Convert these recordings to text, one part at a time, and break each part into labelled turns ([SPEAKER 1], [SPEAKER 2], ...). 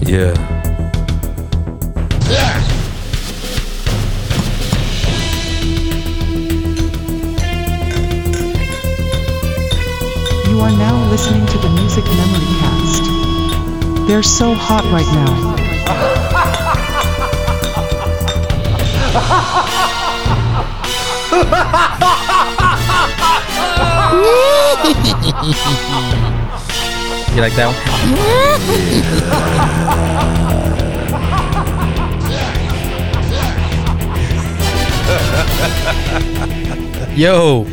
[SPEAKER 1] Yeah.
[SPEAKER 2] You are now listening to the Music Memory Cast. They're so hot right now.
[SPEAKER 1] You like that one? Yo,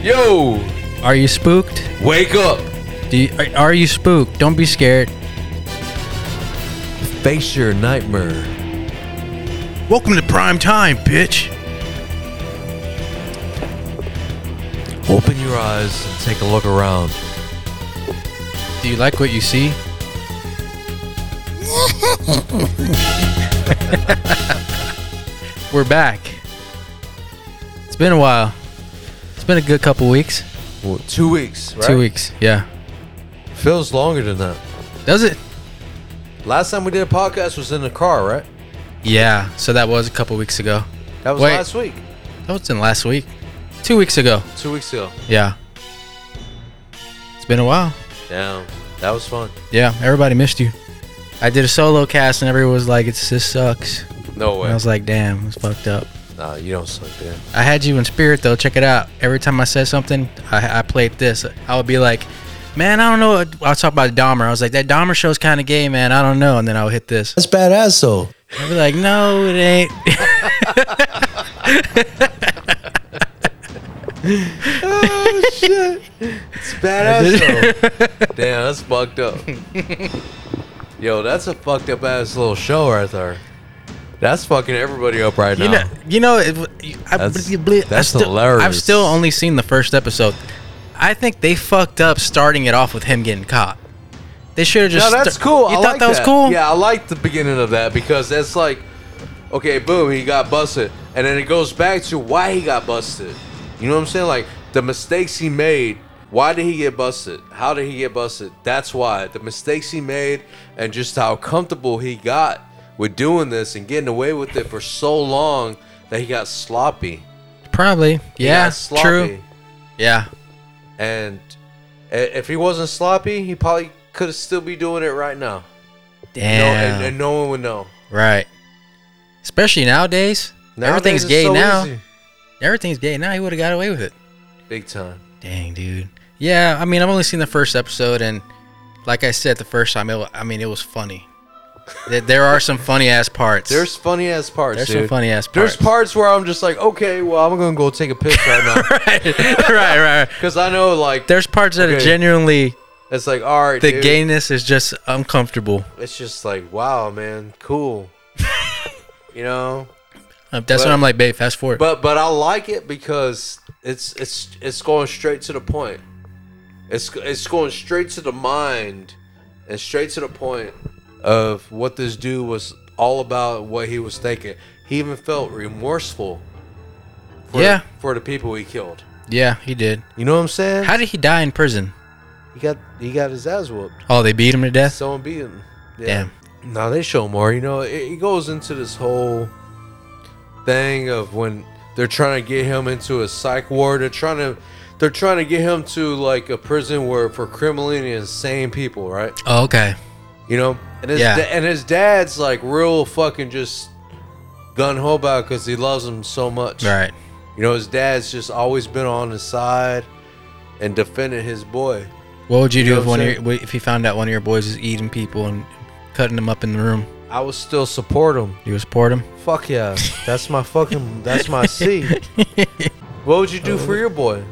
[SPEAKER 3] Yo,
[SPEAKER 1] are you spooked?
[SPEAKER 3] wake up.
[SPEAKER 1] Do you, are, are you spooked? Don't be scared.
[SPEAKER 3] Face your nightmare.
[SPEAKER 4] Welcome to prime time, bitch.
[SPEAKER 3] Open your eyes and take a look around.
[SPEAKER 1] Do you like what you see? We're back. It's been a while. It's been a good couple weeks.
[SPEAKER 3] Well, two weeks, right?
[SPEAKER 1] Two weeks. Yeah.
[SPEAKER 3] Feels longer than that.
[SPEAKER 1] Does it?
[SPEAKER 3] Last time we did a podcast was in the car, right?
[SPEAKER 1] Yeah. So that was a couple weeks ago.
[SPEAKER 3] That was
[SPEAKER 1] Wait.
[SPEAKER 3] last week.
[SPEAKER 1] That was in last week. Two weeks ago.
[SPEAKER 3] Two weeks ago.
[SPEAKER 1] Yeah. It's been a while.
[SPEAKER 3] Damn, that was fun.
[SPEAKER 1] Yeah. Everybody missed you. I did a solo cast and everyone was like, it's, this sucks.
[SPEAKER 3] No
[SPEAKER 1] And I
[SPEAKER 3] way.
[SPEAKER 1] was like, damn, it's fucked up.
[SPEAKER 3] Nah, you don't suck, dude.
[SPEAKER 1] I had you in spirit though. Check it out. Every time I said something, I, I played this. I would be like, "Man, I don't know." I was talking about Dahmer. I was like, "That Dahmer show's kind of gay, man. I don't know." And then I would hit this.
[SPEAKER 5] That's badass, though.
[SPEAKER 1] I'd be like, "No, it ain't."
[SPEAKER 3] oh shit, it's badass. though. Damn, that's fucked up. Yo, that's a fucked up ass little show right there. That's fucking everybody up right
[SPEAKER 1] You
[SPEAKER 3] now.
[SPEAKER 1] know, you know. It, I,
[SPEAKER 3] That's-
[SPEAKER 1] I believe- I
[SPEAKER 3] that's
[SPEAKER 1] still-
[SPEAKER 3] hilarious.
[SPEAKER 1] I've still only seen the first episode. I think they fucked up starting it off with him getting caught. They should have
[SPEAKER 3] No,
[SPEAKER 1] just.
[SPEAKER 3] that's
[SPEAKER 1] sta-
[SPEAKER 3] cool.
[SPEAKER 1] You
[SPEAKER 3] I
[SPEAKER 1] thought
[SPEAKER 3] like
[SPEAKER 1] that was cool?
[SPEAKER 3] Yeah, I like the beginning of that because that's like, okay, boom, he got busted, and then it goes back to why he got busted. You know what I'm saying? Like the mistakes he made. Why did he get busted? How did he get busted? That's why the mistakes he made, and just how comfortable he got with doing this and getting away with it for so long that he got sloppy.
[SPEAKER 1] Probably.
[SPEAKER 3] He
[SPEAKER 1] Yeah.
[SPEAKER 3] got sloppy.
[SPEAKER 1] True. Yeah.
[SPEAKER 3] And i- if he wasn't sloppy, he probably could still be doing it right now. No,
[SPEAKER 1] Damn.
[SPEAKER 3] and, and no one would know.
[SPEAKER 1] Right. Especially nowadays.
[SPEAKER 3] Nowadays,
[SPEAKER 1] Everything's
[SPEAKER 3] it's
[SPEAKER 1] gay
[SPEAKER 3] so
[SPEAKER 1] now.
[SPEAKER 3] easy.
[SPEAKER 1] Everything's gay now. He would have got away with it.
[SPEAKER 3] Big time.
[SPEAKER 1] Dang, dude. Yeah, I mean, I've only seen the first episode, and like I said, the first time, it, wa- I mean, it was funny. There- there are some funny ass parts.
[SPEAKER 3] There's funny ass parts.
[SPEAKER 1] There's
[SPEAKER 3] dude.
[SPEAKER 1] some funny ass
[SPEAKER 3] There's
[SPEAKER 1] parts.
[SPEAKER 3] parts where I'm just like, okay, well, I'm gonna go take a piss right now
[SPEAKER 1] right, right, right.
[SPEAKER 3] because I know like
[SPEAKER 1] There's parts that are
[SPEAKER 3] Okay.
[SPEAKER 1] genuinely
[SPEAKER 3] it's like all right,
[SPEAKER 1] the
[SPEAKER 3] dude,
[SPEAKER 1] gayness is just uncomfortable.
[SPEAKER 3] It's just like wow, man, cool. you know,
[SPEAKER 1] Uh, That's
[SPEAKER 3] But-
[SPEAKER 1] when I'm like, babe, fast forward.
[SPEAKER 3] but but I like it because it's it's it's going straight to the point. It's it's going straight to the mind and straight to the point of what this dude was all about, what he was thinking. He even felt remorseful. For,
[SPEAKER 1] Yeah.
[SPEAKER 3] For the people he killed.
[SPEAKER 1] yeah, he did.
[SPEAKER 3] You know what I'm saying?
[SPEAKER 1] How did he die in prison?
[SPEAKER 3] he got he got his ass whooped.
[SPEAKER 1] Oh, they beat him to death.
[SPEAKER 3] Someone beat him. Yeah.
[SPEAKER 1] Damn.
[SPEAKER 3] Now they show more. You know, it, it goes into this whole thing of when they're trying to get him into a psych ward. They're trying to they're trying to get him to like a prison where for criminally insane people, right?
[SPEAKER 1] Oh, okay.
[SPEAKER 3] You know, and his
[SPEAKER 1] Yeah.
[SPEAKER 3] da- and his dad's like real fucking just gun ho about because he loves him so much.
[SPEAKER 1] Right.
[SPEAKER 3] You know, his dad's just always been on his side and defended his boy.
[SPEAKER 1] What would you do
[SPEAKER 3] know
[SPEAKER 1] if
[SPEAKER 3] what
[SPEAKER 1] one
[SPEAKER 3] I'm
[SPEAKER 1] of your, if you found out one of your boys is eating people and cutting them up in the room?
[SPEAKER 3] I would still support him.
[SPEAKER 1] You would support him?
[SPEAKER 3] Fuck yeah. That's my fucking that's my C. what would you do for your boy?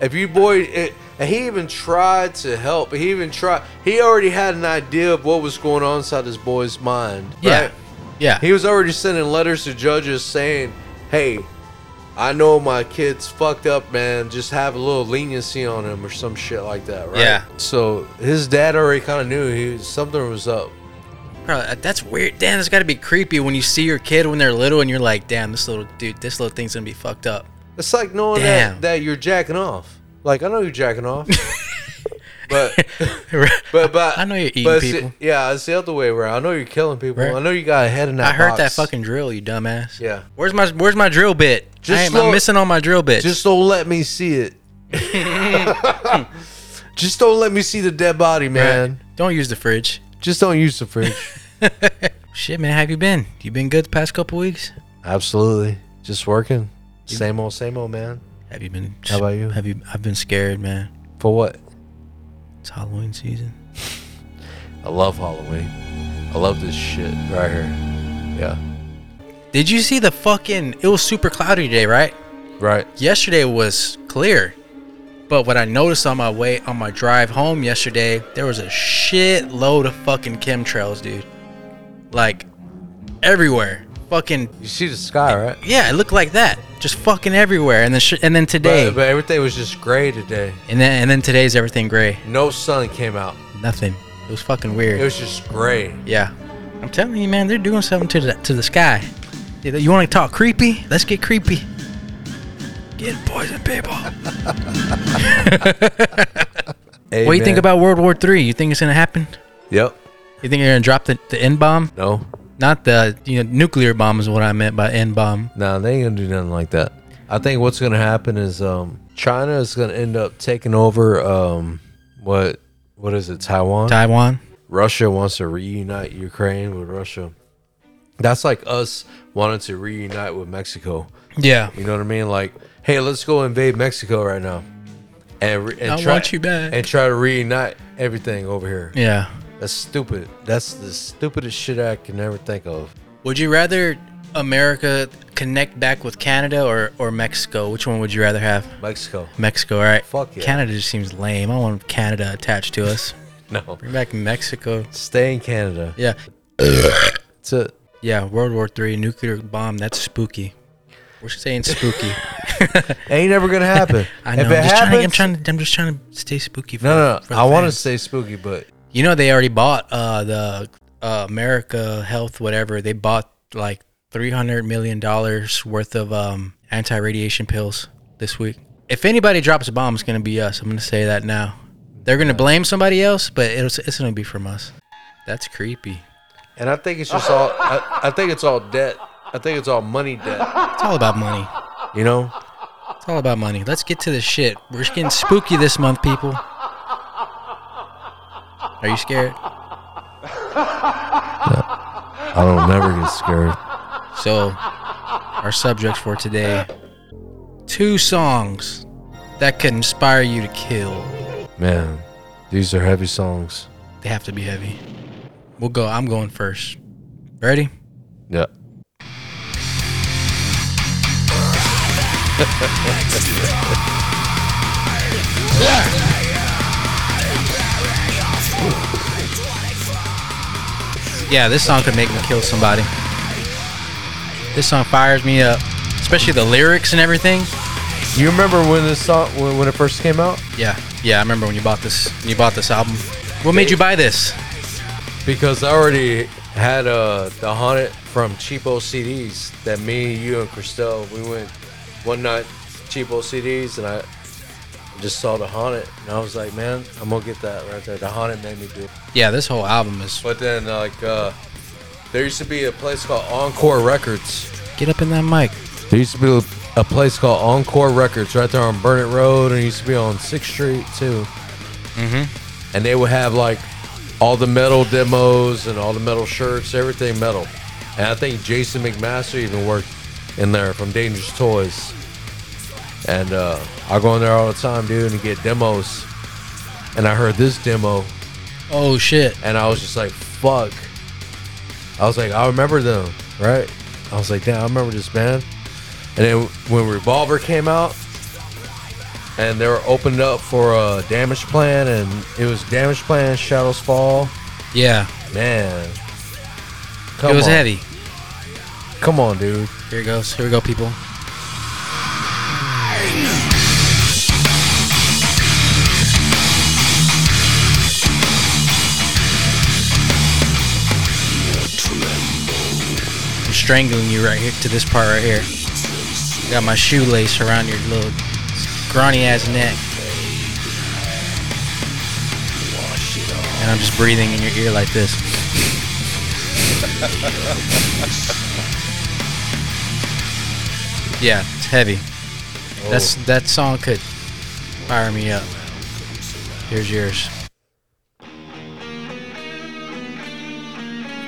[SPEAKER 3] If your boy it, and he even tried to help. He even tried he already had an idea of what was going on inside his boy's mind.
[SPEAKER 1] Yeah.
[SPEAKER 3] right?
[SPEAKER 1] Yeah.
[SPEAKER 3] He was already sending letters to judges saying, Hey, I know my kid's fucked up, man. Just have a little leniency on him or some shit like that, right?
[SPEAKER 1] Yeah.
[SPEAKER 3] So his dad already kinda knew he something was up.
[SPEAKER 1] Probably- uh, that's weird. Damn, it's got to be creepy when you see your kid when they're little and you're like, damn, this little dude, this little thing's going to be fucked up.
[SPEAKER 3] It's like knowing
[SPEAKER 1] Damn.
[SPEAKER 3] that, that you're jacking off. Like I know you're jacking off. But but but
[SPEAKER 1] I know you're eating
[SPEAKER 3] but it's-
[SPEAKER 1] people.
[SPEAKER 3] yeah, it's the other way around. I know you're killing people.
[SPEAKER 1] Right.
[SPEAKER 3] I know you got a head in that.
[SPEAKER 1] I heard that
[SPEAKER 3] box.
[SPEAKER 1] fucking drill, you dumbass.
[SPEAKER 3] Yeah.
[SPEAKER 1] Where's my Where's my drill bit?
[SPEAKER 3] Just
[SPEAKER 1] I am,
[SPEAKER 3] slow-
[SPEAKER 1] I'm missing all my drill bits.
[SPEAKER 3] Just don't let me see it. Just don't let me see the dead body, man.
[SPEAKER 1] Right. Don't use the fridge.
[SPEAKER 3] Just don't use the fridge.
[SPEAKER 1] Shit, man, how have you been? You been good the past couple weeks?
[SPEAKER 3] Absolutely. Just working. Same old, same old, man.
[SPEAKER 1] Have you been?
[SPEAKER 3] How about you?
[SPEAKER 1] Have you? I've been scared, man.
[SPEAKER 3] For what?
[SPEAKER 1] It's Halloween season.
[SPEAKER 3] I love Halloween. I love this shit right here. Yeah.
[SPEAKER 1] Did you see the fucking? It was super cloudy today, right?
[SPEAKER 3] Right.
[SPEAKER 1] Yesterday was clear, but what I noticed on my way on my drive home yesterday, there was a shit load of fucking chemtrails, dude. Like everywhere, fucking
[SPEAKER 3] You see the sky, right?
[SPEAKER 1] yeah, it looked like that, just fucking everywhere. And then sh- and then today,
[SPEAKER 3] But, but everything was just gray today.
[SPEAKER 1] and then and then today's everything gray,
[SPEAKER 3] No sun came out.
[SPEAKER 1] nothing. It was fucking
[SPEAKER 3] It
[SPEAKER 1] weird.
[SPEAKER 3] was just gray.
[SPEAKER 1] Yeah, I'm telling you, man, they're doing something to the to the sky. You- You want to talk creepy? Let's get creepy. Get poison people.
[SPEAKER 3] Hey,
[SPEAKER 1] What do you think
[SPEAKER 3] man.
[SPEAKER 1] about World War Three? You think it's gonna happen?
[SPEAKER 3] Yep.
[SPEAKER 1] You think they're gonna drop the, the N bomb?
[SPEAKER 3] No.
[SPEAKER 1] Not the you know nuclear bomb is what I meant by N bomb.
[SPEAKER 3] Nah, they ain't gonna do nothing like that. I think what's gonna happen is um, China is gonna end up taking over um, what what is it Taiwan?
[SPEAKER 1] Taiwan.
[SPEAKER 3] Russia wants to reunite Ukraine with Russia. That's like us wanting to reunite with Mexico.
[SPEAKER 1] Yeah.
[SPEAKER 3] You know what I mean? Like, hey, let's go invade Mexico right now, and, re- and
[SPEAKER 1] I
[SPEAKER 3] try
[SPEAKER 1] want you back.
[SPEAKER 3] and try to reunite everything over here.
[SPEAKER 1] Yeah.
[SPEAKER 3] That's stupid. That's the stupidest shit I can ever think of.
[SPEAKER 1] Would you rather America connect back with Canada or or Mexico? Which one would you rather have?
[SPEAKER 3] Mexico.
[SPEAKER 1] Mexico, all right.
[SPEAKER 3] Fuck yeah.
[SPEAKER 1] Canada just seems lame. I don't want Canada attached to us.
[SPEAKER 3] No,
[SPEAKER 1] Bring back Mexico.
[SPEAKER 3] stay in Canada.
[SPEAKER 1] Yeah.
[SPEAKER 3] That's it.
[SPEAKER 1] Yeah, World War Three nuclear bomb. That's spooky. We're saying spooky.
[SPEAKER 3] Ain't never gonna happen.
[SPEAKER 1] I know.
[SPEAKER 3] If
[SPEAKER 1] I'm,
[SPEAKER 3] it
[SPEAKER 1] just
[SPEAKER 3] happens,
[SPEAKER 1] trying, I'm trying. I'm just trying to stay spooky. For,
[SPEAKER 3] No, no,
[SPEAKER 1] for
[SPEAKER 3] no.
[SPEAKER 1] the
[SPEAKER 3] I want to
[SPEAKER 1] fans.
[SPEAKER 3] say spooky, but
[SPEAKER 1] You know, they already bought uh, the uh, America Health, whatever. They bought like three hundred million dollars worth of um, anti-radiation pills this week. If anybody drops a bomb, it's gonna be us. I'm gonna say that now. They're gonna blame somebody else, but it's it's gonna be from us. That's creepy.
[SPEAKER 3] and I think it's just all. I, I think it's all debt. I think it's all money debt.
[SPEAKER 1] It's all about money.
[SPEAKER 3] You know,
[SPEAKER 1] It's all about money. Let's get to the shit. We're just getting spooky this month, people. Are you scared?
[SPEAKER 3] I don't never get scared.
[SPEAKER 1] So, our subjects for today two songs that could inspire you to kill.
[SPEAKER 3] Man, these are heavy songs.
[SPEAKER 1] They have to be heavy. We'll go. I'm going first. Ready?
[SPEAKER 3] Yeah.
[SPEAKER 1] Yeah, this song could make me kill somebody. This song fires me up, especially the lyrics and everything.
[SPEAKER 3] You remember when this song when, when it first came out?
[SPEAKER 1] Yeah, yeah. I remember when you bought this. When you bought this album. What made you buy this?
[SPEAKER 3] Because I already had uh the haunted from cheapo CDs that me, you, and Christelle we went one night cheapo CDs and I just saw the haunted and I was like, man, I'm gonna get that right there. The haunted made me do it.
[SPEAKER 1] Yeah, this whole album is.
[SPEAKER 3] But then, like, uh, there used to be a place called Encore Records.
[SPEAKER 1] Get up in that mic.
[SPEAKER 3] There used to be a place called Encore Records right there on Burnett Road, and it used to be on Sixth Street too. Mm-hmm. And they would have like all the metal demos and all the metal shirts, everything metal. And I think Jason McMaster even worked in there from Dangerous Toys. And uh, I go in there all the time, dude, and get demos. And I heard this demo,
[SPEAKER 1] Oh shit.
[SPEAKER 3] and I was just like, fuck. I was like, I remember them, right? I was like, damn, I remember this band. And then when Revolver came out, and they were opened up for uh, Damage Plan, and it was Damage Plan, Shadows Fall.
[SPEAKER 1] Yeah,
[SPEAKER 3] Man, come
[SPEAKER 1] it was
[SPEAKER 3] on.
[SPEAKER 1] heavy.
[SPEAKER 3] Come on, dude.
[SPEAKER 1] Here it goes. Here we go, people. I'm strangling you right here to this part right here. Got my shoelace around your little scrawny ass neck. and I'm just breathing in your ear like this. yeah, it's heavy. That's that song could fire me up. Here's yours.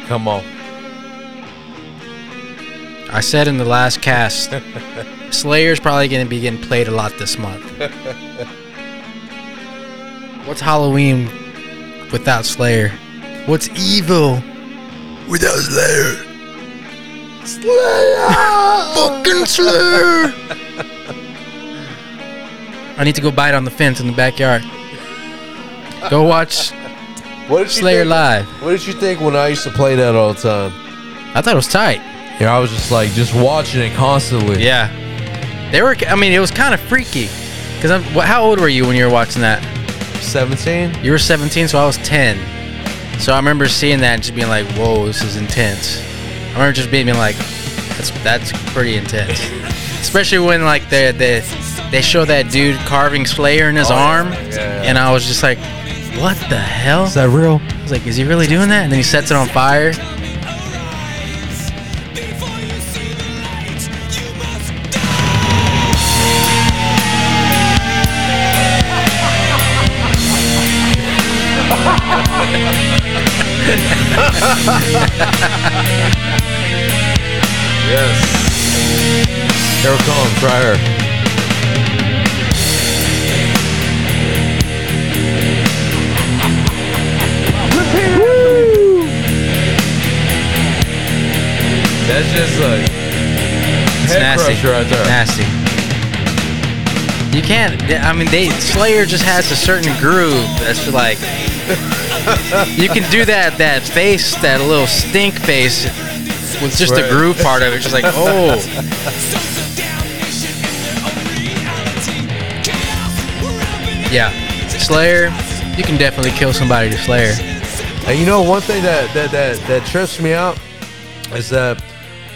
[SPEAKER 3] Come on.
[SPEAKER 1] I said in the last cast, Slayer's probably going to be getting played a lot this month. What's Halloween without Slayer? What's evil without Slayer? Slayer! Fucking Slayer! I need to go bite on the fence in the backyard. Go watch
[SPEAKER 3] What did you
[SPEAKER 1] Slayer
[SPEAKER 3] think-
[SPEAKER 1] live.
[SPEAKER 3] What did you think when I used to play that all the time?
[SPEAKER 1] I thought it was tight.
[SPEAKER 3] Yeah, I was just like just watching it constantly.
[SPEAKER 1] Yeah, they were. I mean, it was kind of freaky. Cause I'm. wh- How old were you when you were watching that?
[SPEAKER 3] Seventeen.
[SPEAKER 1] You were 17, so I was 10. So I remember seeing that and just being like, "Whoa, this is intense." I remember just being being like, "That's that's pretty intense." Especially when like they they they show that dude carving Slayer in his
[SPEAKER 3] Oh, yeah.
[SPEAKER 1] arm,
[SPEAKER 3] Yeah, yeah.
[SPEAKER 1] and I was just like, "What the hell?"
[SPEAKER 3] that real?
[SPEAKER 1] I was like, "Is he really doing that?" And then he sets it on fire.
[SPEAKER 3] Yes. Here we come. Try her. That's just like
[SPEAKER 1] It's
[SPEAKER 3] head
[SPEAKER 1] nasty,
[SPEAKER 3] crusher right there.
[SPEAKER 1] nasty. You can't. th- I mean, they Slayer just has a certain groove that's like you can do that that face, that little stink face, with just the
[SPEAKER 3] Right.
[SPEAKER 1] groove part of it. Just like oh, yeah, Slayer. You can definitely kill somebody to Slayer.
[SPEAKER 3] And you know one thing that that that that trips me out is that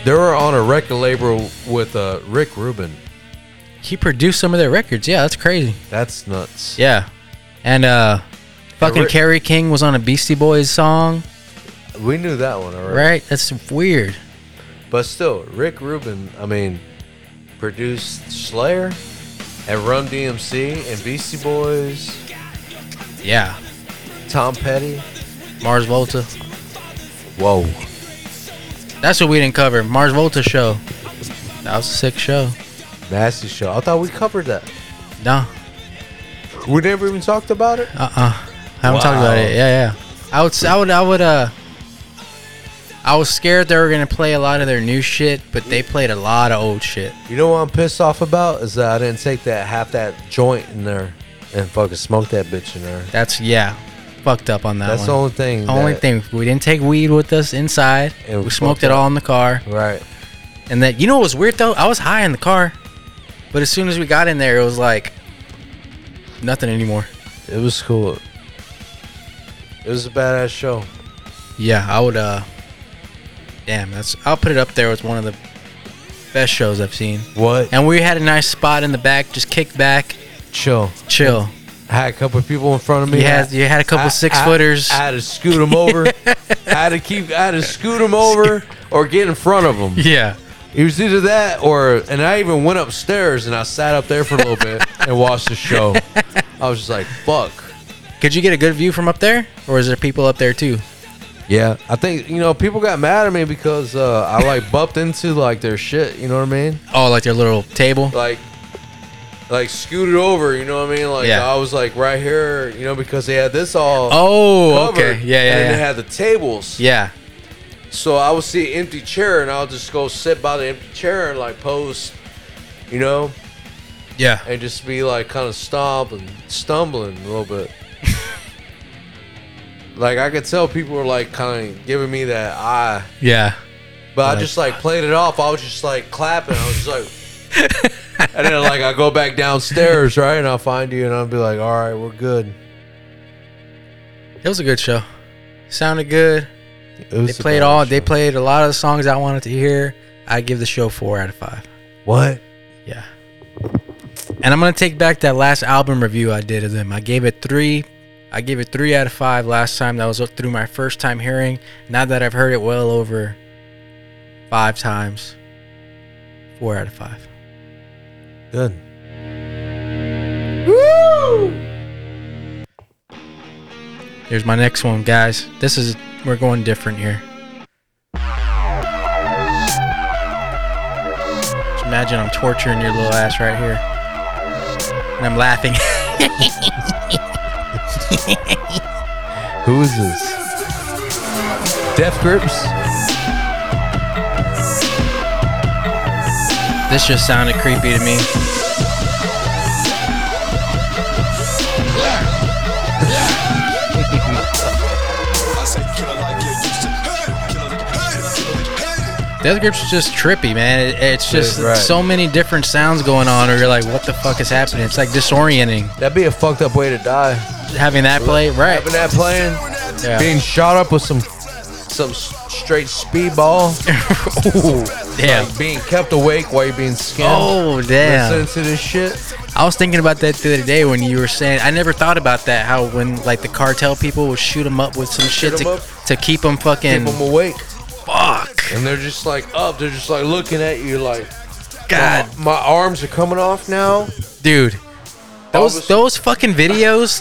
[SPEAKER 3] they were on a record label with uh, Rick Rubin.
[SPEAKER 1] He produced some of their records. Yeah, that's crazy.
[SPEAKER 3] That's nuts.
[SPEAKER 1] Yeah, and uh, fucking
[SPEAKER 3] Rick-
[SPEAKER 1] Kerry King was on a Beastie Boys song.
[SPEAKER 3] We knew that one already.
[SPEAKER 1] Right? That's weird.
[SPEAKER 3] But still, Rick Rubin, I mean, produced Slayer and Run DMC and Beastie Boys,
[SPEAKER 1] Yeah.
[SPEAKER 3] Tom Petty.
[SPEAKER 1] Mars Volta.
[SPEAKER 3] Whoa.
[SPEAKER 1] That's what we didn't cover. Mars Volta show. That was a sick show.
[SPEAKER 3] Nasty show. I thought we covered that.
[SPEAKER 1] No.
[SPEAKER 3] We never even talked about it.
[SPEAKER 1] Uh uh I haven't talked about
[SPEAKER 3] Wow.
[SPEAKER 1] it. Yeah, yeah. I would, s- I would, I would, uh, I was scared they were going to play a lot of their new shit, but they played a lot of old shit.
[SPEAKER 3] You know what I'm pissed off about is that I didn't take that half that joint in there and fucking smoke that bitch in there.
[SPEAKER 1] That's, yeah. Fucked up on that
[SPEAKER 3] That's the
[SPEAKER 1] one.
[SPEAKER 3] only thing.
[SPEAKER 1] only
[SPEAKER 3] that-
[SPEAKER 1] thing. We didn't take weed with us inside.
[SPEAKER 3] It
[SPEAKER 1] we
[SPEAKER 3] was
[SPEAKER 1] smoked
[SPEAKER 3] fucked
[SPEAKER 1] it
[SPEAKER 3] up.
[SPEAKER 1] all in the car.
[SPEAKER 3] Right.
[SPEAKER 1] And that you know what was weird though? I was high in the car. But as soon as we got in there, it was like nothing anymore.
[SPEAKER 3] It was cool. It was a badass show.
[SPEAKER 1] Yeah, I would uh Damn, that's I'll put it up there with one of the best shows I've seen.
[SPEAKER 3] What?
[SPEAKER 1] And we had a nice spot in the back, just kick back,
[SPEAKER 3] Chill.
[SPEAKER 1] chill.
[SPEAKER 3] Had a couple of people in front of me.
[SPEAKER 1] You had you had a couple
[SPEAKER 3] I-
[SPEAKER 1] six
[SPEAKER 3] I-
[SPEAKER 1] footers.
[SPEAKER 3] I, had to scoot them over. I had to keep. I had to scoot them over or get in front of them.
[SPEAKER 1] yeah.
[SPEAKER 3] It was either that or, and I even went upstairs and I sat up there for a little bit and watched the show. I was just like, fuck.
[SPEAKER 1] Could you get a good view from up there? Or is there people up there too?
[SPEAKER 3] Yeah, I think you know people got mad at me because uh, I like bumped into like their shit. You know what I mean?
[SPEAKER 1] Oh, like their little table.
[SPEAKER 3] Like, like scooted over. You know what I mean? Like
[SPEAKER 1] Yeah.
[SPEAKER 3] I was like right here. You know because they had this all.
[SPEAKER 1] Oh,
[SPEAKER 3] covered,
[SPEAKER 1] okay. Yeah,
[SPEAKER 3] And
[SPEAKER 1] yeah.
[SPEAKER 3] then they
[SPEAKER 1] Yeah.
[SPEAKER 3] had the tables.
[SPEAKER 1] yeah.
[SPEAKER 3] So I would see an empty chair and I'll just go sit by the empty chair and like pose, you know,
[SPEAKER 1] Yeah.
[SPEAKER 3] and just be like kind of stomping, stumbling a little bit. like I could tell people were like kind of giving me that eye,
[SPEAKER 1] Yeah.
[SPEAKER 3] but I just like played it off. I was just like clapping. I was just like, and then like I go back downstairs, right? And I'll find you and I'll be like, all right, we're good.
[SPEAKER 1] It was a good show. Sounded good.
[SPEAKER 3] It
[SPEAKER 1] They
[SPEAKER 3] was a
[SPEAKER 1] played
[SPEAKER 3] bad
[SPEAKER 1] all.
[SPEAKER 3] show.
[SPEAKER 1] They played a lot of the songs I wanted to hear. I give the show four out of five.
[SPEAKER 3] What?
[SPEAKER 1] Yeah. And I'm gonna take back that last album review I did of them. I gave it three I gave it three out of five last time. That was through my first time hearing. Now that I've heard it well over five times, four out of five.
[SPEAKER 5] Good.
[SPEAKER 1] Here's my next one, guys. This is we're going different here. Just imagine I'm torturing your little ass right here, and I'm laughing.
[SPEAKER 5] Who is this? Death Grips?
[SPEAKER 1] this just sounded creepy to me.
[SPEAKER 6] I say killer like you used to. Hey, killer, hey, killer, hey.
[SPEAKER 1] Death Grips is just trippy, man. It, it's just
[SPEAKER 5] right.
[SPEAKER 1] so many different sounds going on, or you're like, what the fuck is happening? It's like disorienting
[SPEAKER 3] That'd be a fucked up way to die.
[SPEAKER 1] having that play, right?
[SPEAKER 3] Having that playing,
[SPEAKER 1] Yeah.
[SPEAKER 5] Being shot up with some.
[SPEAKER 3] some s- straight speedball,
[SPEAKER 1] Ooh, damn.
[SPEAKER 3] like being kept awake while you're being skinned.
[SPEAKER 1] Oh damn!
[SPEAKER 3] Listening to this shit.
[SPEAKER 1] I was thinking about that the other day when you were saying I never thought about that. How when like the cartel people would shoot them up with some shit
[SPEAKER 3] 'em
[SPEAKER 1] to,
[SPEAKER 3] up.
[SPEAKER 1] to keep them fucking
[SPEAKER 3] Keep them awake.
[SPEAKER 1] fuck.
[SPEAKER 3] And they're just like up. They're just like looking at you like,
[SPEAKER 1] God,
[SPEAKER 3] my, my arms are coming off now.
[SPEAKER 1] dude, those
[SPEAKER 3] Obviously-
[SPEAKER 1] those fucking videos.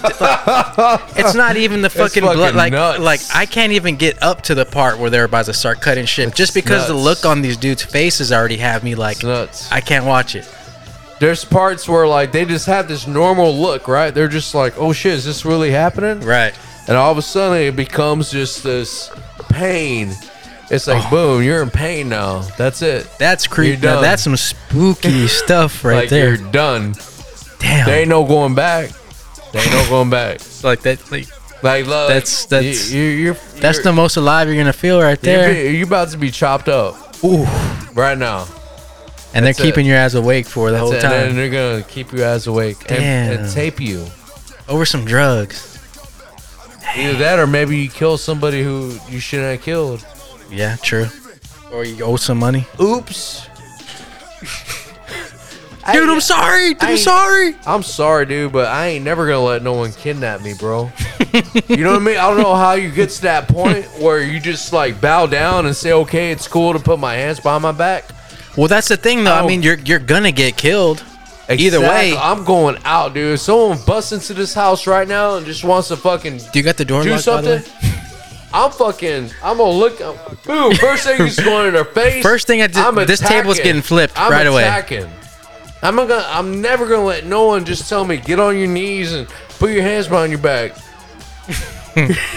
[SPEAKER 1] it's not even the fucking, blood.
[SPEAKER 3] fucking
[SPEAKER 1] Like
[SPEAKER 3] nuts.
[SPEAKER 1] like I can't even get up to the part where they're about to start cutting shit just because the
[SPEAKER 3] nuts.
[SPEAKER 1] look on these dudes' faces already have me like
[SPEAKER 3] It's nuts.
[SPEAKER 1] I can't watch it.
[SPEAKER 3] There's parts where like they just have this normal look, right? They're just like, oh shit, is this really happening?
[SPEAKER 1] Right.
[SPEAKER 3] And all of a sudden it becomes just this pain. It's like,
[SPEAKER 1] Oh.
[SPEAKER 3] boom, you're in pain now. That's it.
[SPEAKER 1] That's creepy. Now,
[SPEAKER 3] done.
[SPEAKER 1] that's some spooky stuff right
[SPEAKER 3] like
[SPEAKER 1] there.
[SPEAKER 3] you're done.
[SPEAKER 1] Damn.
[SPEAKER 3] There ain't no going back. There ain't no going back.
[SPEAKER 1] like that. Like,
[SPEAKER 3] Like look,
[SPEAKER 1] That's- that's-
[SPEAKER 3] you, you're,
[SPEAKER 1] That's the
[SPEAKER 3] you're,
[SPEAKER 1] most alive you're gonna feel right
[SPEAKER 3] you're,
[SPEAKER 1] there.
[SPEAKER 3] be- you're about to be chopped up
[SPEAKER 1] Ooh.
[SPEAKER 3] right now.
[SPEAKER 1] And they're
[SPEAKER 3] That's
[SPEAKER 1] keeping
[SPEAKER 3] it.
[SPEAKER 1] your ass awake for the
[SPEAKER 3] That's
[SPEAKER 1] whole
[SPEAKER 3] it.
[SPEAKER 1] time
[SPEAKER 3] And they're gonna keep your eyes awake and,
[SPEAKER 1] Damn.
[SPEAKER 3] and tape you.
[SPEAKER 1] over some drugs.
[SPEAKER 3] Either that, or maybe you kill somebody who you shouldn't have killed.
[SPEAKER 1] Yeah, true. Or you owe some money.
[SPEAKER 3] Oops.
[SPEAKER 1] Dude, I'm sorry. Dude,
[SPEAKER 3] I-
[SPEAKER 1] I'm sorry.
[SPEAKER 3] I'm sorry, dude, but I ain't never gonna let no one kidnap me, bro. you know what I mean? I don't know how you get to that point where you just like bow down and say, "Okay, it's cool to put my hands behind my back."
[SPEAKER 1] Well, that's the thing, though. I
[SPEAKER 3] Oh.
[SPEAKER 1] mean, you're you're gonna get killed. Either
[SPEAKER 3] Exactly.
[SPEAKER 1] way,
[SPEAKER 3] I'm going out, dude. If someone busts into this house right now and just wants to fucking
[SPEAKER 1] do you got the door
[SPEAKER 3] do
[SPEAKER 1] locked? By
[SPEAKER 3] something,
[SPEAKER 1] the way?
[SPEAKER 3] I'm fucking. I'm gonna look. I'm, boom! First thing is going in their face.
[SPEAKER 1] First thing I did-
[SPEAKER 3] I'm
[SPEAKER 1] this table's
[SPEAKER 3] attacking.
[SPEAKER 1] getting flipped
[SPEAKER 3] I'm
[SPEAKER 1] right away.
[SPEAKER 3] Attacking. I'm not gonna. I'm never gonna let no one just tell me get on your knees and put your hands behind your back.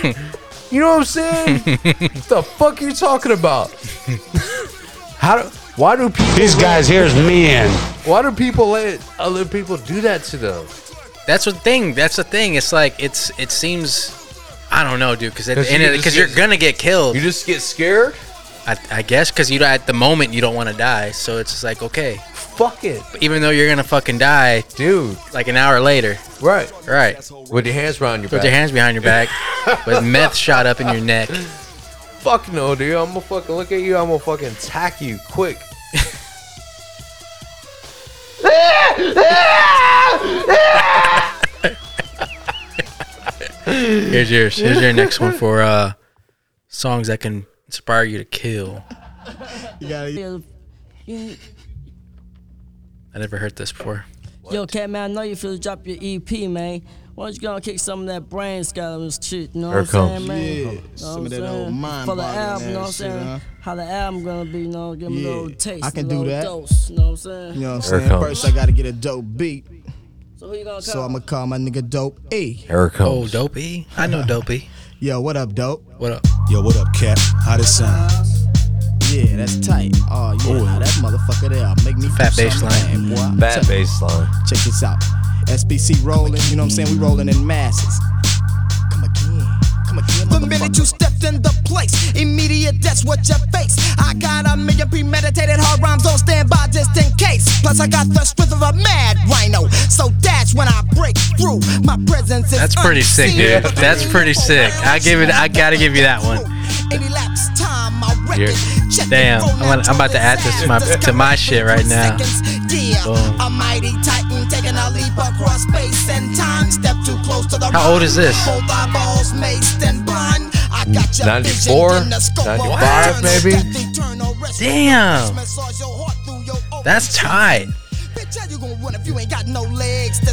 [SPEAKER 3] you know what I'm saying? what the fuck are you talking about? How? Do, why do people?
[SPEAKER 7] These guys here is men.
[SPEAKER 3] Why do people let other people do that to them?
[SPEAKER 1] That's the thing. That's the thing. It's like it's it seems. I don't know, dude. Because at
[SPEAKER 3] 'Cause
[SPEAKER 1] the end
[SPEAKER 3] you
[SPEAKER 1] of
[SPEAKER 3] just
[SPEAKER 1] because you're
[SPEAKER 3] get-
[SPEAKER 1] gonna get killed.
[SPEAKER 3] You just get scared.
[SPEAKER 1] I, I guess because you don't- at the moment you don't want to die, so it's just like okay,
[SPEAKER 3] Fuck it,
[SPEAKER 1] even though you're gonna fucking die
[SPEAKER 3] dude.
[SPEAKER 1] like an hour later,
[SPEAKER 3] Right.
[SPEAKER 1] right?
[SPEAKER 3] With your hands around your
[SPEAKER 1] Put
[SPEAKER 3] back.
[SPEAKER 1] your hands behind your back with meth shot up in your neck.
[SPEAKER 3] Fuck no, dude. I'm gonna fucking look at you. I'm gonna fucking attack you quick.
[SPEAKER 1] Here's yours. Here's your next one for uh, songs that can inspire you to kill.
[SPEAKER 8] Yo, you,
[SPEAKER 1] I never heard this before.
[SPEAKER 8] yo, Cat Man, I know you feel to drop your EP, man. Why don't you go and kick some of that brain scale and shit? You know
[SPEAKER 3] Here
[SPEAKER 8] what I'm
[SPEAKER 3] comes.
[SPEAKER 8] saying, man? Yeah,
[SPEAKER 9] some of that old mind
[SPEAKER 8] For the
[SPEAKER 9] boggling
[SPEAKER 8] album, you know what I'm
[SPEAKER 9] ass shit,
[SPEAKER 8] saying?
[SPEAKER 9] huh?
[SPEAKER 8] How the album gonna be, you know, give me a
[SPEAKER 9] Yeah,
[SPEAKER 8] little taste.
[SPEAKER 9] I can
[SPEAKER 8] a
[SPEAKER 9] do
[SPEAKER 8] little
[SPEAKER 9] that.
[SPEAKER 8] Dose, you know what I'm saying?
[SPEAKER 9] You know what
[SPEAKER 3] Here it
[SPEAKER 9] I'm saying?
[SPEAKER 3] comes.
[SPEAKER 9] First, I gotta get a dope beat,
[SPEAKER 8] So who you gonna call?
[SPEAKER 9] so I'ma call my nigga Dope E.
[SPEAKER 3] Here it
[SPEAKER 1] Oh, Dopey. I know Dopey.
[SPEAKER 9] Yo, what up, Dope?
[SPEAKER 1] What up?
[SPEAKER 7] Yo, what up, Cap? How this sound?
[SPEAKER 9] Yeah, that's tight. Oh yeah, now that motherfucker there make me
[SPEAKER 1] Fat
[SPEAKER 9] do
[SPEAKER 1] bass
[SPEAKER 9] something, boy.
[SPEAKER 5] Fat
[SPEAKER 9] Check-
[SPEAKER 5] baseline.
[SPEAKER 9] Check this out. SBC rolling. You know what I'm saying? We rolling in masses. Come again. Come again.
[SPEAKER 10] The minute you
[SPEAKER 9] motherfucker.
[SPEAKER 10] stepped in the place, immediate that's what you face. I got a million premeditated hard rhymes on standby just in case. Plus I got the strength of a mad rhino, so that's when I break through. My presence is
[SPEAKER 1] That's pretty sick,
[SPEAKER 10] unseen.
[SPEAKER 1] dude. That's pretty sick. I give it. I gotta give you that one.
[SPEAKER 10] It elapsed time, I reckon.
[SPEAKER 3] Yeah.
[SPEAKER 10] Check the
[SPEAKER 1] Damn, I'm gonna- I'm about to add this to my- to my shit right now.
[SPEAKER 10] Seconds. Yeah,
[SPEAKER 1] Boom.
[SPEAKER 10] a mighty titan taking a leap across space and time. Step too close close to the
[SPEAKER 1] How old is this?
[SPEAKER 10] Both eyeballs maced and blind. I got your
[SPEAKER 3] 94,
[SPEAKER 10] vision in the scope of
[SPEAKER 3] 95
[SPEAKER 10] eternal
[SPEAKER 3] maybe?
[SPEAKER 10] death, eternal rest.
[SPEAKER 1] Damn.
[SPEAKER 10] Massage your heart through your open
[SPEAKER 1] That's tight.
[SPEAKER 10] Bitch, how you gonna run if you ain't got no legs to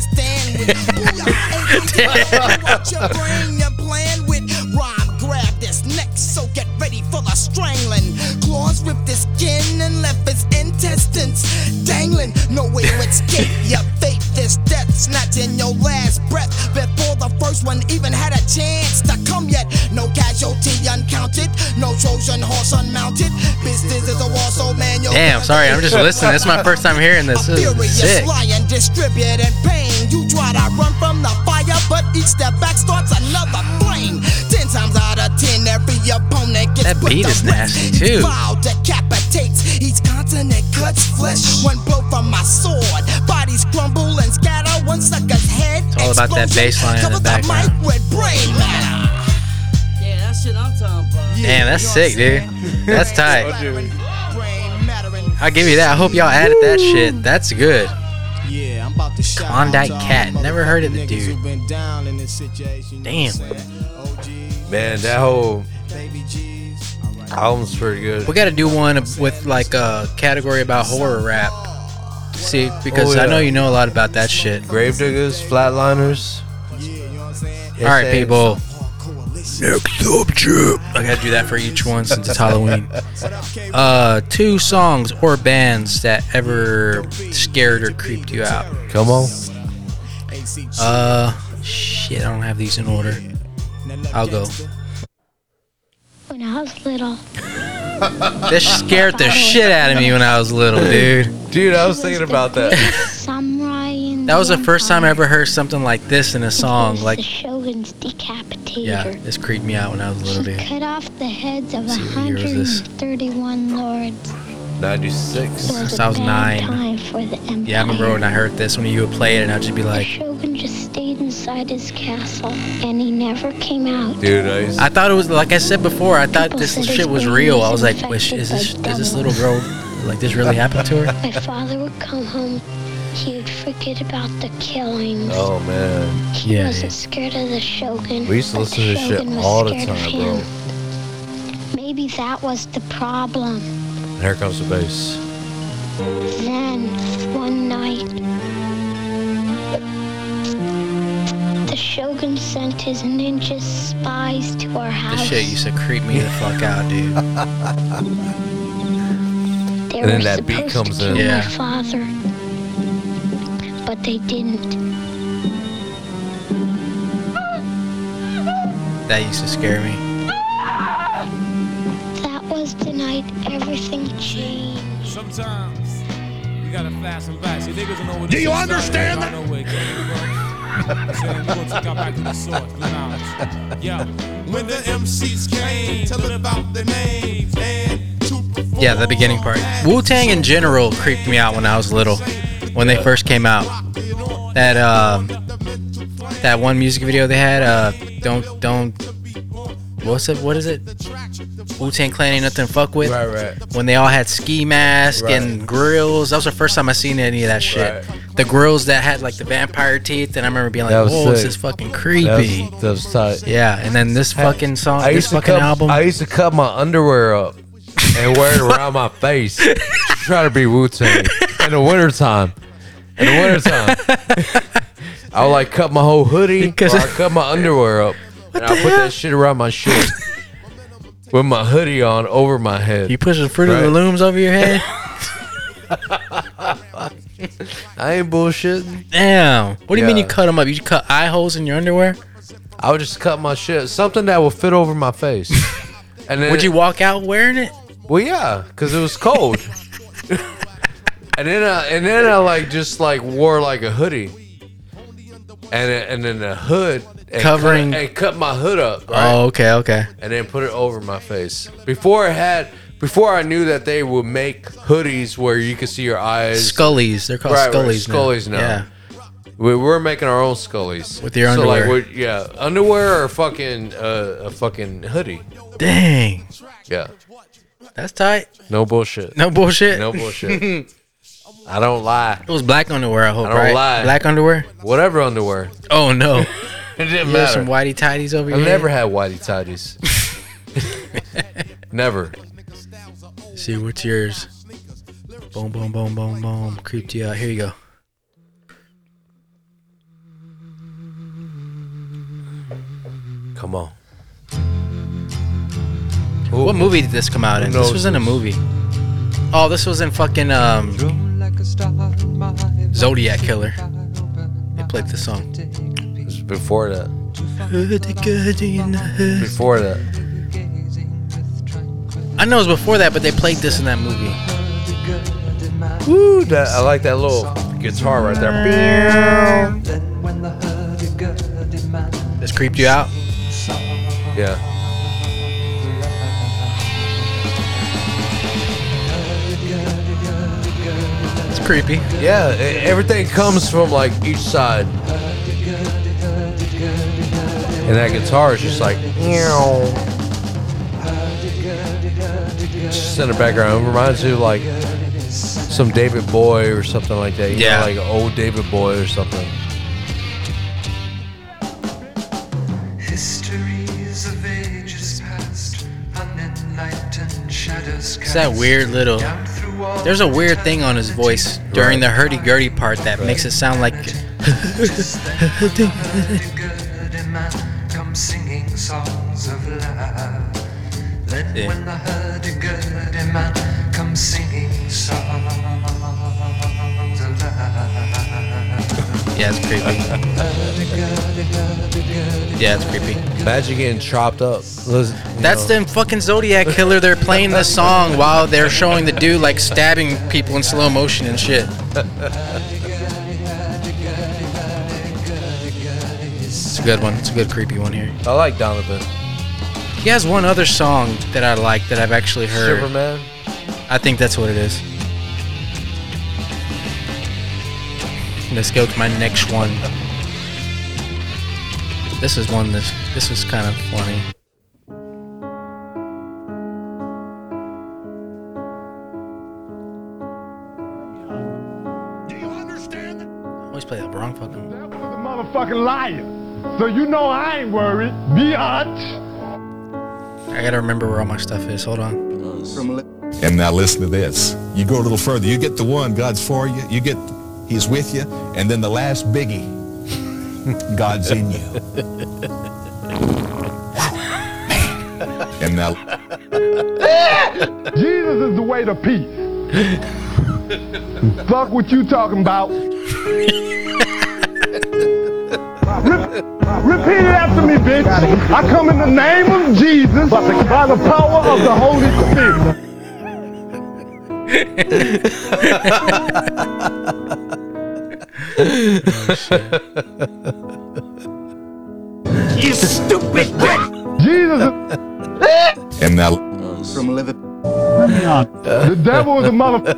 [SPEAKER 10] stand with? Booyah, ain't that what your brain you're playing with? Rhyme grabbed his neck, so get ready for the strangling. Claws ripped his skin and left his intestines dangling. No way to escape your fate. This death snatching your last breath before the first one even had a chance to come yet. No casualty uncounted, no Trojan horse unmounted. Business is a war, so man, your
[SPEAKER 1] Damn, sorry, I'm just listening. This is my first time hearing this.
[SPEAKER 10] a
[SPEAKER 1] This is
[SPEAKER 10] furious
[SPEAKER 1] sick.
[SPEAKER 10] lion distributing pain. You try to run from the fire, but each step back starts another flame. Ten times out of ten, every opponent gets
[SPEAKER 1] That
[SPEAKER 10] put
[SPEAKER 1] beat
[SPEAKER 10] to
[SPEAKER 1] is
[SPEAKER 10] rest.
[SPEAKER 1] nasty, too.
[SPEAKER 10] Each Vow decapitates. Each continent cuts flesh. One blow from my sword, bodies crumble and scatter. One sucker's head. It's
[SPEAKER 1] all about that bass line in the background.
[SPEAKER 10] mic with brain matter.
[SPEAKER 8] Yeah, that shit I'm talking about.
[SPEAKER 1] Damn, that's sick, dude. That's tight.
[SPEAKER 10] Brain mattering.
[SPEAKER 1] I'll give you that. I hope y'all added that shit. That's good.
[SPEAKER 9] Yeah, I'm about to shout
[SPEAKER 1] Klondike
[SPEAKER 9] out to all
[SPEAKER 1] Cat.
[SPEAKER 9] the
[SPEAKER 1] Never heard of the
[SPEAKER 9] motherfucking niggas
[SPEAKER 1] dude.
[SPEAKER 9] who've been down in this situation, you know
[SPEAKER 1] Damn.
[SPEAKER 9] what I'm saying? OGs,
[SPEAKER 3] Man, that whole
[SPEAKER 9] baby G's. Alright.
[SPEAKER 3] album's pretty good.
[SPEAKER 1] We gotta do one with like a category about horror rap. See, because
[SPEAKER 3] Oh,
[SPEAKER 1] I know
[SPEAKER 3] yeah.
[SPEAKER 1] you know a lot about that shit.
[SPEAKER 3] Gravediggers, Flatliners.
[SPEAKER 9] Yeah, you know what I'm saying?
[SPEAKER 1] All right,
[SPEAKER 3] essays.
[SPEAKER 1] people.
[SPEAKER 9] Coalition.
[SPEAKER 4] Next subject.
[SPEAKER 1] I gotta do that for each one since it's Halloween.
[SPEAKER 9] What up, K?
[SPEAKER 1] Uh, two songs or bands that ever scared or creeped you out.
[SPEAKER 3] Come on.
[SPEAKER 9] AC
[SPEAKER 1] Uh, shit, I don't have these in order. I'll go.
[SPEAKER 11] When I was little,
[SPEAKER 1] This scared the shit out of me when I was little, dude.
[SPEAKER 3] Dude, I was
[SPEAKER 11] he
[SPEAKER 3] thinking
[SPEAKER 11] the
[SPEAKER 3] about that.
[SPEAKER 11] greatest samurai in
[SPEAKER 1] That was the
[SPEAKER 11] the
[SPEAKER 1] first time I
[SPEAKER 11] empire.
[SPEAKER 1] ever heard something like this in a song.
[SPEAKER 11] was
[SPEAKER 1] Like,
[SPEAKER 11] the shogun's decapitator.
[SPEAKER 1] yeah, this creeped me out when I was little,
[SPEAKER 11] He
[SPEAKER 1] dude.
[SPEAKER 11] cut off the heads of
[SPEAKER 1] see, what year was this?
[SPEAKER 11] 131 lords.
[SPEAKER 3] 96.
[SPEAKER 11] It was
[SPEAKER 1] So I was
[SPEAKER 11] a bad
[SPEAKER 1] nine.
[SPEAKER 11] time for the empire.
[SPEAKER 1] Yeah, I remember when I heard this when you would play it, and I'd just be
[SPEAKER 11] The
[SPEAKER 1] like,
[SPEAKER 11] shogun just stayed inside his castle, and he never came out.
[SPEAKER 3] Dude, I used
[SPEAKER 1] I thought it was like I said before. I thought
[SPEAKER 11] People
[SPEAKER 1] this
[SPEAKER 11] said his
[SPEAKER 1] shit was
[SPEAKER 11] brain
[SPEAKER 1] real.
[SPEAKER 11] was
[SPEAKER 1] I was like,
[SPEAKER 11] infected
[SPEAKER 1] "Wish- is
[SPEAKER 11] by
[SPEAKER 1] this is this
[SPEAKER 11] devils."
[SPEAKER 1] little girl like this really happened to her?
[SPEAKER 11] My father would come home. He would forget about the killings.
[SPEAKER 3] Oh, man.
[SPEAKER 11] He
[SPEAKER 1] Yeah,
[SPEAKER 11] wasn't
[SPEAKER 1] dude.
[SPEAKER 11] scared of the Shogun.
[SPEAKER 3] We used to
[SPEAKER 11] but
[SPEAKER 3] listen to
[SPEAKER 11] the
[SPEAKER 3] this shit
[SPEAKER 11] Shogun was
[SPEAKER 3] all the
[SPEAKER 11] scared of
[SPEAKER 3] time,
[SPEAKER 11] him.
[SPEAKER 3] bro.
[SPEAKER 11] Maybe that was the problem.
[SPEAKER 3] And here comes the bass.
[SPEAKER 11] Then, one night, the Shogun sent his ninja spies to our
[SPEAKER 1] This
[SPEAKER 11] house.
[SPEAKER 1] shit used to creep me the fuck out, dude.
[SPEAKER 11] They
[SPEAKER 3] And then
[SPEAKER 11] were
[SPEAKER 3] that beat
[SPEAKER 11] supposed
[SPEAKER 3] comes
[SPEAKER 11] to
[SPEAKER 3] in.
[SPEAKER 11] kill
[SPEAKER 1] Yeah.
[SPEAKER 11] my father, but they didn't.
[SPEAKER 1] That used to scare me.
[SPEAKER 11] That was the night everything changed.
[SPEAKER 6] Sometimes you gotta flash and back. You niggas don't know what Do you understand that? When the MCs came, tell about the names and to perform.
[SPEAKER 1] Yeah, the beginning part. Wu Tang in general creeped me out when I was little, when they first came out. That um, that one music video they had. Uh, don't don't. What's it? What is it? Wu Tang Clan ain't nothing to fuck with.
[SPEAKER 3] Right, right.
[SPEAKER 1] when they all had ski masks
[SPEAKER 3] Right.
[SPEAKER 1] and grills. That was the first time I seen any of that shit. The grills that had like the vampire teeth, and I remember being like,
[SPEAKER 3] That was
[SPEAKER 1] "Whoa, this
[SPEAKER 3] sick.
[SPEAKER 1] is fucking
[SPEAKER 3] That
[SPEAKER 1] creepy."
[SPEAKER 3] was, that was tight.
[SPEAKER 1] yeah, and then this fucking song,
[SPEAKER 3] I
[SPEAKER 1] this
[SPEAKER 3] used, to
[SPEAKER 1] fucking
[SPEAKER 3] cut,
[SPEAKER 1] album.
[SPEAKER 3] I used to cut my underwear up and wear it around my face. Try to be Wu Tang in the wintertime. In the wintertime. I would like cut my whole hoodie or
[SPEAKER 1] Because-
[SPEAKER 3] I cut my underwear up and I put that shit around my shit with my hoodie on over my head.
[SPEAKER 1] you pushing Fruit of the
[SPEAKER 3] Right.
[SPEAKER 1] Looms over your head?
[SPEAKER 3] I ain't bullshitting.
[SPEAKER 1] Damn. What do you mean you
[SPEAKER 3] Yeah.
[SPEAKER 1] cut them up? You cut eye holes in your underwear?
[SPEAKER 3] I would just cut my shit something that would fit over my face. And then
[SPEAKER 1] Would you walk out wearing it?
[SPEAKER 3] Well, yeah, because it was cold. and then, I, and then I like just like wore like a hoodie, and it- and then the hood and
[SPEAKER 1] Covering-
[SPEAKER 3] cut, and cut my hood up, right?
[SPEAKER 1] Oh, okay, okay.
[SPEAKER 3] and then put it over my face. Before I had, before I knew that they would make hoodies where you could see your eyes.
[SPEAKER 1] Scullies. They're called
[SPEAKER 3] Right, right,
[SPEAKER 1] scullies,
[SPEAKER 3] Scullies
[SPEAKER 1] now.
[SPEAKER 3] now. we were making our own scullies
[SPEAKER 1] With your
[SPEAKER 3] So
[SPEAKER 1] underwear.
[SPEAKER 3] like, we yeah, underwear or fucking uh, a fucking hoodie.
[SPEAKER 1] Yeah. Dang.
[SPEAKER 3] Yeah,
[SPEAKER 1] That's tight.
[SPEAKER 3] no bullshit.
[SPEAKER 1] No bullshit.
[SPEAKER 3] No bullshit. I don't lie.
[SPEAKER 1] It was black underwear, I hope,
[SPEAKER 3] I don't
[SPEAKER 1] right?
[SPEAKER 3] lie.
[SPEAKER 1] Black underwear?
[SPEAKER 3] Whatever underwear.
[SPEAKER 1] Oh, no.
[SPEAKER 3] It didn't
[SPEAKER 1] You
[SPEAKER 3] matter.
[SPEAKER 1] have some whitey tidies over
[SPEAKER 3] I
[SPEAKER 1] your
[SPEAKER 3] never
[SPEAKER 1] head?
[SPEAKER 3] had whitey tidies. never.
[SPEAKER 1] See what's yours. Boom, boom, boom, boom, boom. Creeped you out. Here you go.
[SPEAKER 3] Come on.
[SPEAKER 1] What movie did this come out in?
[SPEAKER 3] Who
[SPEAKER 1] This was in a
[SPEAKER 3] knows
[SPEAKER 1] movie. Oh, this was in fucking um Zodiac Killer. They played this song.
[SPEAKER 3] It was before that.
[SPEAKER 1] I
[SPEAKER 3] Before that.
[SPEAKER 1] know it was before that, but they played this in that movie.
[SPEAKER 3] Woo, that I like that little guitar right there.
[SPEAKER 1] This creeped you out?
[SPEAKER 3] Yeah.
[SPEAKER 1] It's creepy.
[SPEAKER 3] Yeah, e- everything comes from like each side. And that guitar is just like just in the background. It reminds you of like some David Boy or something like that. You know,
[SPEAKER 1] Yeah.
[SPEAKER 3] like old David Boy or something.
[SPEAKER 12] Histories of ages past, unenlightened shadows
[SPEAKER 1] It's that weird little. There's a weird thing on his voice during the hurdy gurdy part that makes it sound like.
[SPEAKER 12] come singing songs of love. Then
[SPEAKER 1] Yeah.
[SPEAKER 12] when the hurdy-gurdy man comes singing songs of love.
[SPEAKER 1] yeah, it's creepy. yeah, it's creepy.
[SPEAKER 3] Imagine getting chopped up. Listen, you
[SPEAKER 1] That's
[SPEAKER 3] know.
[SPEAKER 1] them fucking Zodiac killer. They're playing the song while they're showing the dude like stabbing people in slow motion and shit. It's a good one. It's a good creepy one here.
[SPEAKER 3] I like Donovan.
[SPEAKER 1] He has one other song that I like that I've actually heard.
[SPEAKER 3] Superman.
[SPEAKER 1] I think that's what it is. Let's go to my next one. This is one that's this is kind of funny. Always play the wrong fucking.
[SPEAKER 13] Motherfucking liar. So you know I ain't worried, biatch.
[SPEAKER 1] I gotta remember where all my stuff is. Hold on.
[SPEAKER 14] And now listen to this. You go a little further. You get the one, God's for you. You get, He's with you. And then the last biggie, God's in you. and now,
[SPEAKER 13] Jesus is the way to peace. Fuck what you talking about. Repeat it after me, bitch. I come in the name of Jesus by the power of the Holy Spirit.
[SPEAKER 6] You stupid
[SPEAKER 13] Jesus
[SPEAKER 14] and now,
[SPEAKER 13] is from living. The devil is a mother.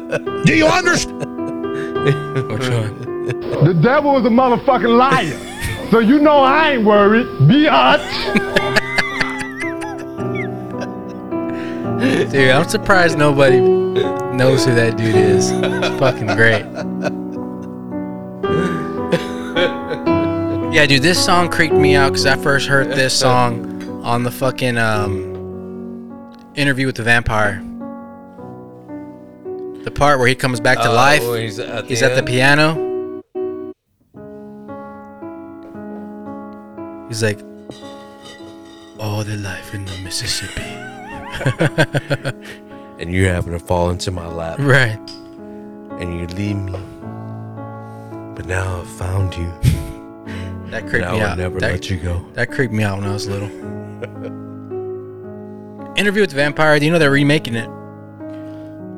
[SPEAKER 13] Do you understand? The devil is a motherfucking liar. So you know I ain't worried, biatch.
[SPEAKER 1] Dude, I'm surprised nobody knows who that dude is. It's fucking great. Yeah, dude, this song creeped me out because I first heard this song on the fucking um, interview with the vampire. The part where he comes back to
[SPEAKER 3] Oh,
[SPEAKER 1] life.
[SPEAKER 3] when he's at the
[SPEAKER 1] he's at the
[SPEAKER 3] end?
[SPEAKER 1] piano. He's like, all the life in the Mississippi.
[SPEAKER 3] and you happen to fall into my lap.
[SPEAKER 1] Right. Mm.
[SPEAKER 3] And you leave me. But now I've found you.
[SPEAKER 1] That creeped
[SPEAKER 3] and
[SPEAKER 1] me
[SPEAKER 3] I
[SPEAKER 1] out.
[SPEAKER 3] will never
[SPEAKER 1] That-
[SPEAKER 3] let you go.
[SPEAKER 1] That creeped me out when I was little. Interview with the Vampire. Do you know they're remaking it?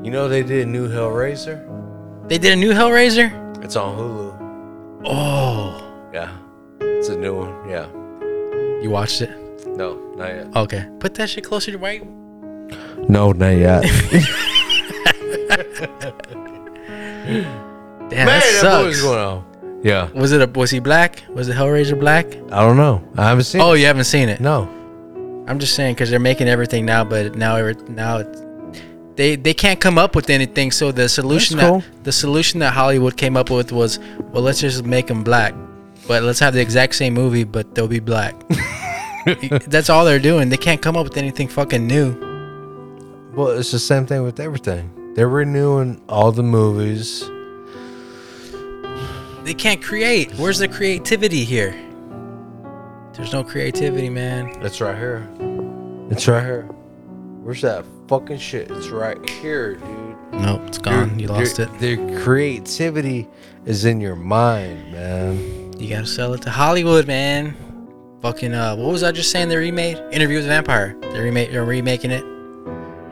[SPEAKER 3] You know they did a new Hellraiser?
[SPEAKER 1] They did a new Hellraiser.
[SPEAKER 3] It's on Hulu.
[SPEAKER 1] Oh,
[SPEAKER 3] Yeah. It's a new one. Yeah.
[SPEAKER 1] you watched it?
[SPEAKER 3] No, not yet.
[SPEAKER 1] Okay. Put that shit closer to right.
[SPEAKER 3] No, not yet. Man,
[SPEAKER 1] Damn, that
[SPEAKER 3] that movie's
[SPEAKER 1] sucks.
[SPEAKER 3] going on. Yeah.
[SPEAKER 1] Was it a? Was he black? Was the Hellraiser black?
[SPEAKER 3] I don't know. I haven't seen
[SPEAKER 1] Oh,
[SPEAKER 3] it.
[SPEAKER 1] you haven't seen it?
[SPEAKER 3] No.
[SPEAKER 1] I'm just saying because they're making everything now, but now every now it's, they they can't come up with anything. So the solution
[SPEAKER 3] That's cool.
[SPEAKER 1] that the solution that Hollywood came up with was, well, let's just make him black. But let's have the exact same movie, but they'll be black. That's all they're doing. They can't come up with anything fucking new.
[SPEAKER 3] Well, it's the same thing with everything. They're renewing all the movies.
[SPEAKER 1] They can't create. Where's the creativity here? There's no creativity, man.
[SPEAKER 3] It's right here. It's right here. Where's that fucking shit? It's right here, dude.
[SPEAKER 1] Nope, it's gone. You lost it.
[SPEAKER 3] Their creativity is in your mind, man.
[SPEAKER 1] You gotta sell it to Hollywood, man. Fucking uh, what was I just saying? They remade Interview with a Vampire. They remade, they're remaking it,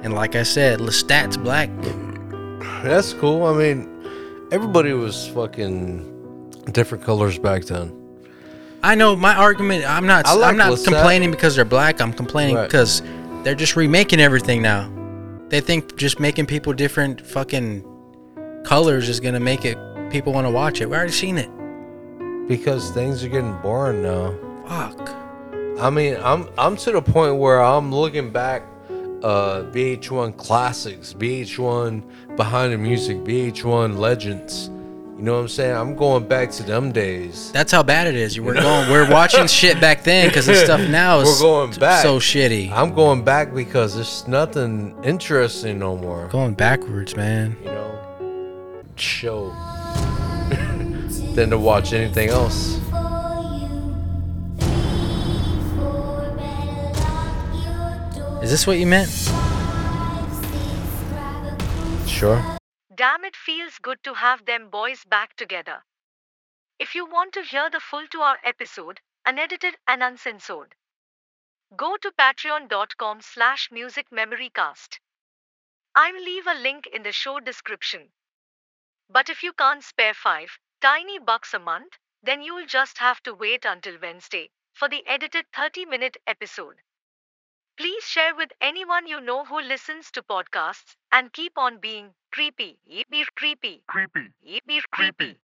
[SPEAKER 1] and like I said, Lestat's black.
[SPEAKER 3] That's cool. I mean, everybody was fucking different colors back then.
[SPEAKER 1] I know my argument. I'm not.
[SPEAKER 3] I like
[SPEAKER 1] I'm not
[SPEAKER 3] Lestat.
[SPEAKER 1] complaining because they're black. I'm complaining
[SPEAKER 3] Right.
[SPEAKER 1] because they're just remaking everything now. They think just making people different fucking colors is gonna make it people want to watch it. We already seen it.
[SPEAKER 3] Because things are getting boring now.
[SPEAKER 1] Fuck.
[SPEAKER 3] I mean, I'm I'm to the point where I'm looking back uh VH1 classics, VH1 behind the music, VH1 legends. You know what I'm saying? I'm going back to them days.
[SPEAKER 1] That's how bad it is. We're going. We're watching shit back then because the stuff now is
[SPEAKER 3] We're going back.
[SPEAKER 1] so shitty.
[SPEAKER 3] I'm going back because there's nothing interesting no more.
[SPEAKER 1] Going backwards, man.
[SPEAKER 3] You know, show than to watch anything else.
[SPEAKER 1] Is this what you meant?
[SPEAKER 3] Sure.
[SPEAKER 10] Damn, it feels good to have them boys back together. If you want to hear the full two hour episode, unedited and uncensored, go to patreon.com slash musicmemorycast. I'll leave a link in the show description. But if you can't spare five tiny bucks a month, then you'll just have to wait until Wednesday for the edited 30 minute episode. Please share with anyone you know who listens to podcasts and keep on being creepy. Be creepy. Creepy. Be creepy.